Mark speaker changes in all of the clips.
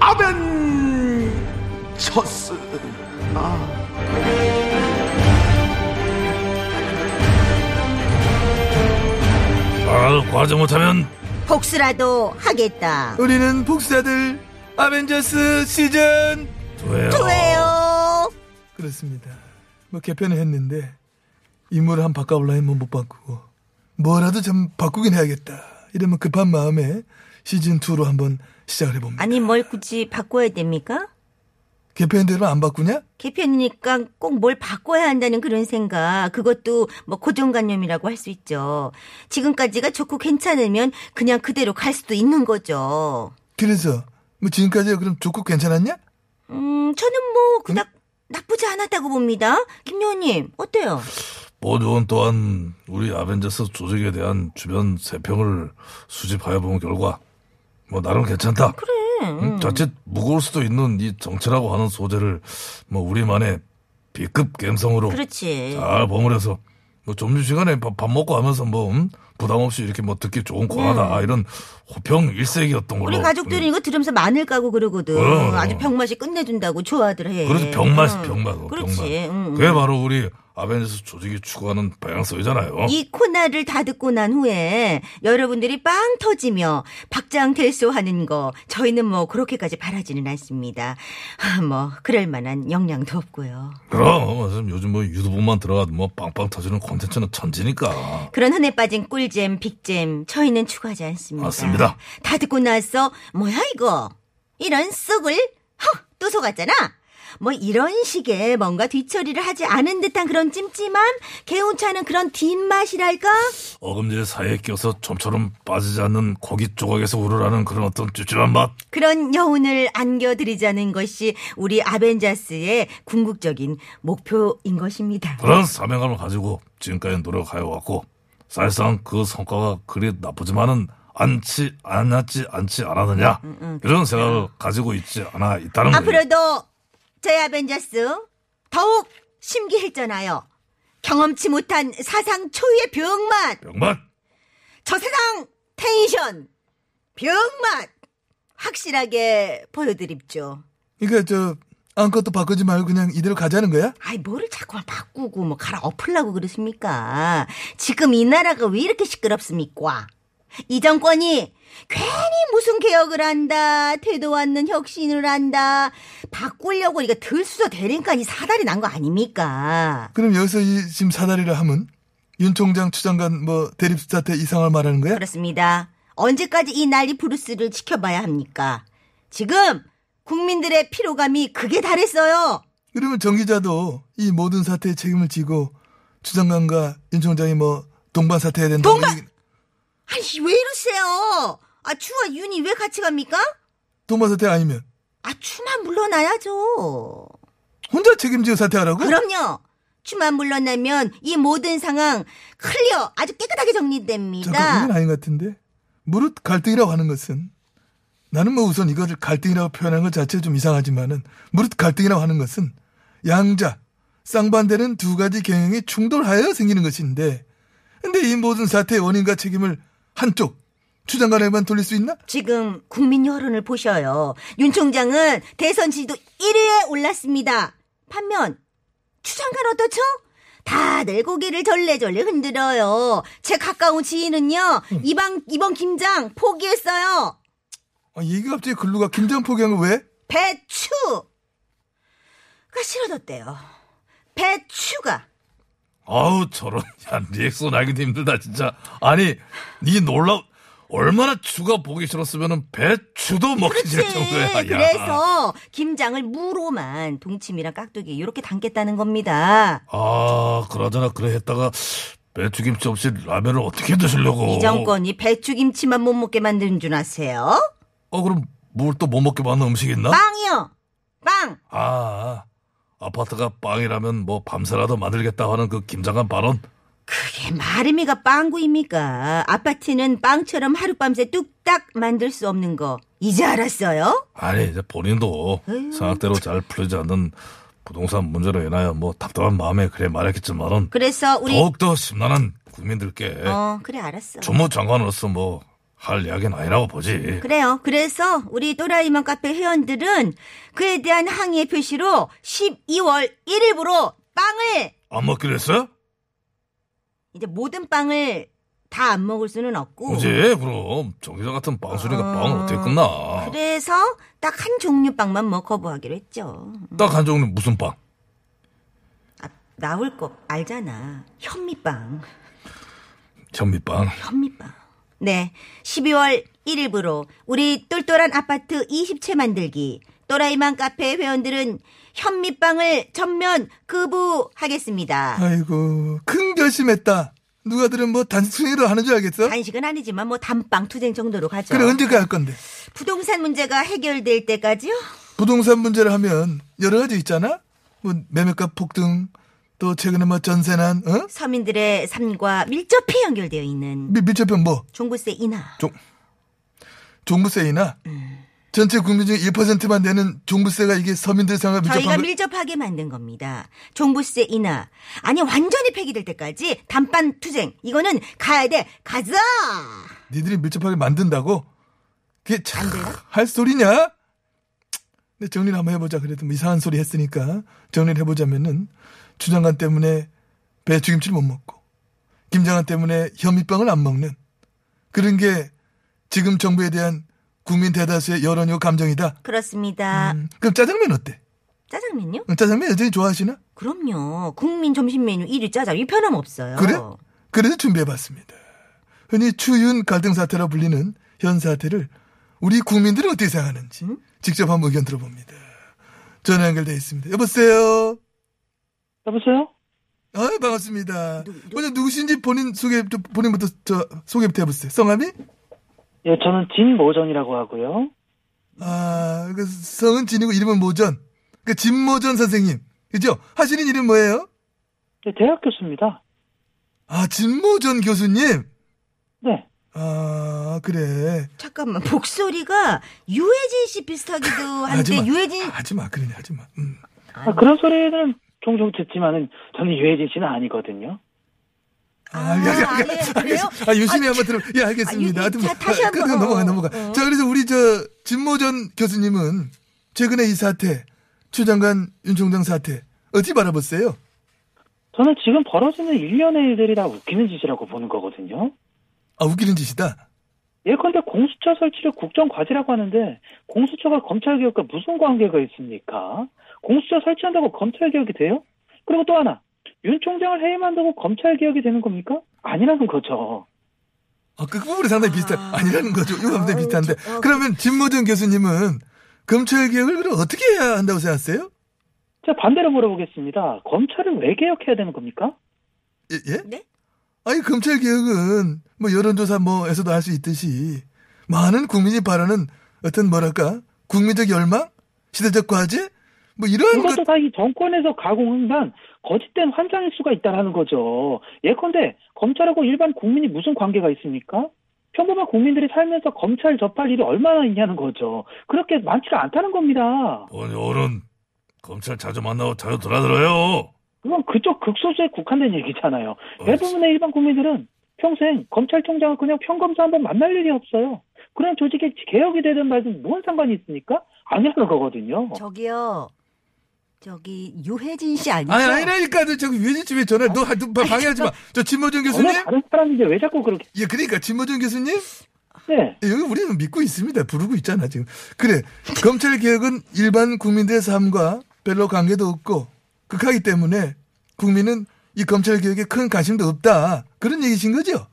Speaker 1: 아벤처스.
Speaker 2: 아, 과제 못하면
Speaker 3: 복수라도 하겠다.
Speaker 4: 우리는 복사들 아벤져스 시즌
Speaker 2: 돼요.
Speaker 5: 네,
Speaker 3: 왜요?
Speaker 4: 그렇습니다. 뭐 개편을 했는데 인물을 한 바꿔볼라 하면 못 바꾸고 뭐라도 좀 바꾸긴 해야겠다. 이러면 급한 마음에 시즌 2로 한번 시작을 해봅니다.
Speaker 3: 아니 뭘 굳이 바꿔야 됩니까?
Speaker 4: 개편대로 안 바꾸냐?
Speaker 3: 개편이니까 꼭 뭘 바꿔야 한다는 그런 생각. 그것도 뭐 고정관념이라고 할 수 있죠. 지금까지가 좋고 괜찮으면 그냥 그대로 갈 수도 있는 거죠.
Speaker 4: 그래서 뭐 지금까지 그럼 좋고 괜찮았냐?
Speaker 3: 음, 저는 뭐 그닥
Speaker 2: 음?
Speaker 3: 나쁘지 않았다고 봅니다. 김요원님 어때요?
Speaker 2: 보조원 또한 우리 아벤져스 조직에 대한 주변 세평을 수집하여 본 결과 뭐 나름 괜찮다. 그래.
Speaker 3: 음.
Speaker 2: 자칫 무거울 수도 있는 이 정체라고 하는 소재를 뭐 우리만의 B급 감성으로
Speaker 3: 그렇지.
Speaker 2: 잘 버무려서 뭐 점심시간에 밥, 밥 먹고 하면서 뭐 음, 부담 없이 이렇게 뭐 듣기 좋은 과하다 이런 호평 일색이었던 걸로
Speaker 3: 음. 우리
Speaker 2: 음.
Speaker 3: 가족들은 이거 들으면서 마늘 까고 그러거든.
Speaker 2: 어.
Speaker 3: 아주 병맛이 끝내준다고 좋아들 해.
Speaker 2: 그래서 병맛이
Speaker 3: 응.
Speaker 2: 병맛. 어,
Speaker 3: 음. 그렇지. 음,
Speaker 2: 병맛.
Speaker 3: 응, 응.
Speaker 2: 그게 바로 우리 아벤져스 조직이 추구하는 방향성이잖아요.
Speaker 3: 이 코너를 다 듣고 난 후에 여러분들이 빵 터지며 박장대소하는 거 저희는 뭐 그렇게까지 바라지는 않습니다. 아, 뭐 그럴 만한 역량도 없고요.
Speaker 2: 그럼 맞아요. 요즘 뭐 유튜브만 들어가도 뭐 빵빵 터지는 콘텐츠는 천지니까.
Speaker 3: 그런 흔해 빠진 꿀잼, 빅잼 저희는 추구하지 않습니다.
Speaker 2: 맞습니다.
Speaker 3: 다 듣고 나서 뭐야 이거 이런 쑥을 허또 속았잖아. 뭐 이런 식의 뭔가 뒤처리를 하지 않은 듯한 그런 찜찜함, 개운찮은 그런 뒷맛이랄까?
Speaker 2: 어금니 사이에 껴서 좀처럼 빠지지 않는 고기 조각에서 우러나는 그런 어떤 찝찝한 맛.
Speaker 3: 그런 여운을 안겨드리자는 것이 우리 아벤자스의 궁극적인 목표인 것입니다.
Speaker 2: 그런 사명감을 가지고 지금까지 노력하여 왔고 사실상 그 성과가 그리 나쁘지만은 않지 않았지 않지 않았느냐 이런 생각을 가지고 있지 않아 있다는 거예요.
Speaker 3: 앞으로도 저희 아벤자스 더욱 심기일전하여 경험치 못한 사상 초유의 병맛,
Speaker 2: 병맛.
Speaker 3: 저 세상 텐션, 병맛 확실하게 보여드립죠.
Speaker 4: 그러니까 저 아무것도 바꾸지 말고 그냥 이대로 가자는 거야?
Speaker 3: 아이 뭐를 자꾸만 바꾸고 뭐 갈아 엎으려고 그러십니까? 지금 이 나라가 왜 이렇게 시끄럽습니까? 이 정권이 괜히 무슨 개혁을 한다, 태도 않는 혁신을 한다, 바꾸려고 이거 들수저 대림까지 사달이 난 거 아닙니까?
Speaker 4: 그럼 여기서 이 지금 사다리를 하면 윤 총장 추장관 뭐 대립 사태 이상을 말하는 거야?
Speaker 3: 그렇습니다. 언제까지 이 난리 부르스를 지켜봐야 합니까? 지금 국민들의 피로감이 극에 달했어요.
Speaker 4: 그러면 정 기자도 이 모든 사태에 책임을 지고 주장관과 윤 총장이 뭐 동반 사퇴해야 된다.
Speaker 3: 동반! 아니 왜 이러세요? 아 추와 윤이 왜 같이 갑니까?
Speaker 4: 동반 사퇴 아니면
Speaker 3: 아, 추만 물러나야죠.
Speaker 4: 혼자 책임지고 사퇴하라고?
Speaker 3: 그럼요. 추만 물러나면 이 모든 상황 클리어 아주 깨끗하게
Speaker 4: 잠깐
Speaker 3: 정리됩니다.
Speaker 4: 이건 아닌 것 같은데 무릇 갈등이라고 하는 것은 나는 뭐 우선 이거를 갈등이라고 표현한 것 자체 좀 이상하지만은 무릇 갈등이라고 하는 것은 양자 쌍반대는 두 가지 경향이 충돌하여 생기는 것인데 근데 이 모든 사태의 원인과 책임을 한쪽 추장관에만 돌릴 수 있나?
Speaker 3: 지금 국민 여론을 보셔요. 윤 총장은 대선 지지도 1위에 올랐습니다. 반면 추장관 어떻죠? 다들 고개를 절레절레 흔들어요. 제 가까운 지인은요. 이방 이번 김장 포기했어요.
Speaker 4: 아, 얘기가 갑자기 글루가 김장 포기한 거 왜?
Speaker 3: 배추가 싫어졌대요. 배추가
Speaker 2: 아우 저런 야 리액션 하기도 힘들다 진짜 아니 니 놀라 얼마나 추가 보기 싫었으면은 배추도 먹기 싫을 정도야 야.
Speaker 3: 그렇지. 그래서 김장을 무로만 동치미랑 깍두기 이렇게 담겠다는 겁니다.
Speaker 2: 아 그러잖아 그래 했다가 배추김치 없이 라면을 어떻게 드시려고
Speaker 3: 이 정권이 배추김치만 못 먹게 만드는 줄 아세요?
Speaker 2: 어 그럼 뭘 또 못 먹게 만든 음식이 있나?
Speaker 3: 빵이요. 빵.
Speaker 2: 아, 아파트가 빵이라면 뭐 밤새라도 만들겠다 하는 그 김장관 발언?
Speaker 3: 그게 말이미가 빵구입니까? 아파트는 빵처럼 하룻밤새 뚝딱 만들 수 없는 거 이제 알았어요?
Speaker 2: 아니, 이제 본인도 생각대로 잘 풀리지 않는 부동산 문제로 인하여 뭐 답답한 마음에 그래 말했겠지만은
Speaker 3: 그래서 우리
Speaker 2: 더욱더 심란한 국민들께
Speaker 3: 어 그래 알았어.
Speaker 2: 주무 장관으로서 뭐 할 이야기는 아니라고 보지.
Speaker 3: 그래요. 그래서 우리 또라이만 카페 회원들은 그에 대한 항의의 표시로 12월 1일부로 빵을
Speaker 2: 안 먹기로 했어요?
Speaker 3: 이제 모든 빵을 다 안 먹을 수는 없고
Speaker 2: 그지? 그럼 정기자 같은 빵순이가 빵을 어떻게 끝나?
Speaker 3: 아. 그래서 딱 한 종류 빵만 뭐 거부하기로 했죠.
Speaker 2: 딱 한 종류 무슨 빵?
Speaker 3: 아, 나올 거 알잖아. 현미빵.
Speaker 2: 현미빵.
Speaker 3: 현미빵. 네. 12월 1일부로 우리 똘똘한 아파트 20채 만들기 또라이만 카페 회원들은 현미빵을 전면 거부하겠습니다.
Speaker 4: 아이고 큰 결심했다. 누가 들은 뭐 단순히로 하는 줄 알겠어?
Speaker 3: 단식은 아니지만 뭐 단빵 투쟁 정도로 가죠.
Speaker 4: 네. 그래 언제까지 할 건데?
Speaker 3: 부동산 문제가 해결될 때까지요?
Speaker 4: 부동산 문제를 하면 여러 가지 있잖아. 뭐 매매값 폭등, 또 최근에 뭐 전세난, 어?
Speaker 3: 서민들의 삶과 밀접히 연결되어 있는
Speaker 4: 미, 밀접형 뭐
Speaker 3: 종부세 인하.
Speaker 4: 종, 종부세이나
Speaker 3: 음.
Speaker 4: 전체 국민 중 1%만 내는 종부세가 이게 서민들 생활
Speaker 3: 저희가
Speaker 4: 밀접한 거.
Speaker 3: 밀접하게 만든 겁니다. 종부세 인하. 아니, 완전히 폐기될 때까지 단판 투쟁. 이거는 가야 돼. 가자!
Speaker 4: 니들이 밀접하게 만든다고? 그게 참 할 소리냐? 근데 정리를 한번 해보자. 그래도 뭐 이상한 소리 했으니까 정리를 해보자면은 주장관 때문에 배추김치를 못 먹고 김장관 때문에 현미빵을 안 먹는 그런 게 지금 정부에 대한 국민 대다수의 여론이고 감정이다.
Speaker 3: 그렇습니다.
Speaker 4: 음, 그럼 짜장면 어때?
Speaker 3: 짜장면요?
Speaker 4: 음, 짜장면 여전히 좋아하시나?
Speaker 3: 그럼요. 국민 점심 메뉴 1위 짜장. 이 편함없어요.
Speaker 4: 그래? 그래서 준비해봤습니다. 흔히 추윤 갈등 사태라 불리는 현 사태를 우리 국민들은 어떻게 생각하는지 직접 한번 의견 들어봅니다. 전화 연결돼 있습니다. 여보세요.
Speaker 6: 여보세요?
Speaker 4: 아 반갑습니다.
Speaker 3: 누- 누-
Speaker 4: 먼저 누구신지 본인 소개 좀 본인부터 저 소개부터 해보세요. 성함이?
Speaker 6: 예, 저는 진모전이라고 하고요.
Speaker 4: 아, 그 성은 진이고 이름은 모전. 그 진모전 선생님, 그죠? 하시는 일은 뭐예요?
Speaker 6: 예, 대학 교수입니다.
Speaker 4: 아, 진모전 교수님.
Speaker 6: 네.
Speaker 4: 아, 그래.
Speaker 3: 잠깐만. 목소리가 유해진 씨 비슷하기도 한데,
Speaker 4: 하지마.
Speaker 3: 유해진.
Speaker 4: 하지마, 그러니 하지마. 음.
Speaker 6: 아, 그런 소리는 종종 듣지만은 저는 유해진 씨는 아니거든요.
Speaker 3: 아,
Speaker 4: 아, 야, 야, 야,
Speaker 3: 예, 그래요?
Speaker 4: 알겠습니다. 아, 유심히
Speaker 3: 아,
Speaker 4: 한번 들어. 예, 알겠습니다.
Speaker 3: 아, 유심히. 자, 다시
Speaker 4: 아,
Speaker 3: 한번.
Speaker 4: 그래도 넘어가,
Speaker 3: 어,
Speaker 4: 넘어가.
Speaker 3: 어.
Speaker 4: 자, 그래서 우리 저, 진모전 교수님은 최근에 이 사태, 추 장관 윤 총장 사태, 어찌 바라보세요?
Speaker 6: 저는 지금 벌어지는 일련의 일들이 다 웃기는 짓이라고 보는 거거든요.
Speaker 4: 아, 웃기는 짓이다.
Speaker 6: 예컨대 공수처 설치를 국정과제라고 하는데 공수처가 검찰개혁과 무슨 관계가 있습니까? 공수처 설치한다고 검찰개혁이 돼요? 그리고 또 하나, 윤 총장을 해임한다고 검찰개혁이 되는 겁니까? 아니라는 거죠.
Speaker 4: 아, 그 부분이 상당히 비슷해.
Speaker 3: 아.
Speaker 4: 아니라는 거죠. 이거 상당히
Speaker 3: 아,
Speaker 4: 비슷한데.
Speaker 3: 저, 어.
Speaker 4: 그러면 진모전 교수님은 검찰개혁을 그럼 어떻게 해야 한다고 생각하세요?
Speaker 6: 제가 반대로 물어보겠습니다. 검찰을 왜 개혁해야 되는 겁니까?
Speaker 4: 예? 예?
Speaker 3: 네?
Speaker 4: 아니, 검찰개혁은 뭐 여론조사 뭐에서도 할 수 있듯이 많은 국민이 바라는 어떤 뭐랄까, 국민적 열망? 시대적 과제? 뭐 이런 것.
Speaker 6: 그것도 다 이 정권에서 가공한 거짓된 환상일 수가 있다라는 거죠. 예컨대 검찰하고 일반 국민이 무슨 관계가 있습니까? 평범한 국민들이 살면서 검찰 접할 일이 얼마나 있냐는 거죠. 그렇게 많지가 않다는 겁니다.
Speaker 2: 본 어른 검찰 자주 만나고 자주 돌아들어요.
Speaker 6: 그건 그쪽 극소수에 국한된 얘기잖아요.
Speaker 4: 어,
Speaker 6: 대부분의 일반 국민들은 평생 검찰총장을 그냥 평검사 한 번 만날 일이 없어요. 그런 조직에 개혁이 되든 말든 뭔 상관이 있습니까? 아니라는 거거든요.
Speaker 3: 저기요. 저기, 유해진 씨 아니죠?
Speaker 4: 아니, 아니라니까. 저, 저 위원님집에 전화를, 너, 너 방해하지 마. 저 진모준 교수님?
Speaker 6: 전혀 다른 사람인데 왜 자꾸 그렇게
Speaker 4: 예, 그러니까, 진모준 교수님? 예,
Speaker 6: 네.
Speaker 4: 여기 우리는 믿고 있습니다. 부르고 있잖아, 지금. 그래. 검찰개혁은 일반 국민들의 삶과 별로 관계도 없고, 극하기 때문에 국민은 이 검찰개혁에 큰 관심도 없다. 그런 얘기신 거죠?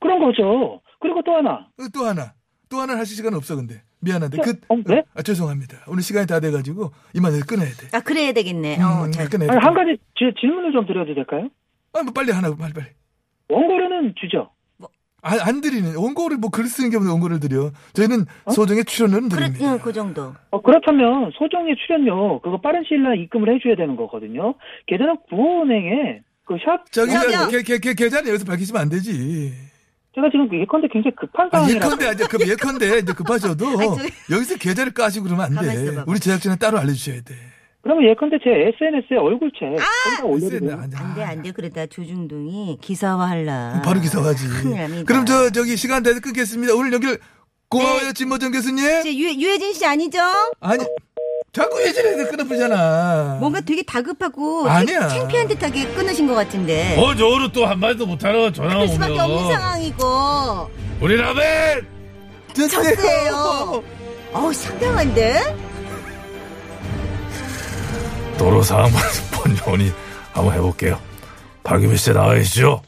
Speaker 6: 그런 거죠. 그리고 또 하나
Speaker 4: 어, 또 하나. 또 하나 하실 시간 없어, 근데. 미안한데.
Speaker 6: 저,
Speaker 4: 그,
Speaker 6: 어, 네?
Speaker 4: 아, 죄송합니다. 오늘 시간이 다 돼가지고, 이만해서 끊어야 돼.
Speaker 3: 아, 그래야 되겠네. 어,
Speaker 4: 음,
Speaker 3: 잘.
Speaker 4: 끊어야 돼.
Speaker 6: 아니, 한 가지 지- 질문을 좀 드려도 될까요?
Speaker 4: 아, 뭐 빨리 하나, 빨리, 빨리.
Speaker 6: 원고료는 주죠.
Speaker 4: 안, 아, 안 드리는 원고를 뭐 글 쓰는 게 없는 원고를 드려. 저희는 소정의 출연료는
Speaker 3: 그래,
Speaker 4: 드립니다.
Speaker 3: 응, 그 정도.
Speaker 6: 어, 그렇다면 소정의 출연료 그거 빠른 시일 내에 입금을 해줘야 되는 거거든요. 게다가 구호은행에 그샵
Speaker 4: 저기
Speaker 3: 저기요.
Speaker 4: 계- 계- 계- 계좌는 여기서 밝히시면 안 되지.
Speaker 6: 제가 지금 그 예컨대 굉장히 급한
Speaker 4: 아,
Speaker 6: 상황이라
Speaker 4: 예컨대 이제 급 예컨대 이제 급하셔도
Speaker 3: 저기-
Speaker 4: 여기서 계좌를 까시고 그러면 안
Speaker 3: 가만 있어봐.
Speaker 4: 돼. 우리 제작진은 따로 알려주셔야 돼.
Speaker 6: 그러면 예컨대 제 SNS에 얼굴책
Speaker 4: 아,
Speaker 6: 거기다
Speaker 4: 쎄네,
Speaker 6: 올려드려요.
Speaker 4: 안 돼.
Speaker 3: 안 돼, 안 돼. 그러다 조중동이 기사화 할라.
Speaker 4: 아. 뭐 바로 기사화지.
Speaker 3: 큰일 납니다.
Speaker 4: 그럼 저 저기 시간 돼서 끊겠습니다. 오늘 연결 고마워요
Speaker 3: 네.
Speaker 4: 진모정 교수님.
Speaker 3: 이제 유, 유해진 씨 아니죠?
Speaker 4: 아니 자꾸 예전에 끊어보잖아.
Speaker 3: 뭔가 되게 다급하고
Speaker 4: 아니야.
Speaker 3: 창- 창피한 듯하게 끊으신 것 같은데.
Speaker 2: 어, 저를 또 한마디도 못하는 전화
Speaker 3: 그럴 수밖에 없는
Speaker 2: 오면
Speaker 3: 상황이고.
Speaker 2: 우리 라벤
Speaker 4: 네.
Speaker 3: 첫째예요. 어우, 상당한데?
Speaker 2: 도로 상황 번번이 한번 해볼게요. 박유미 씨 나와 계시죠?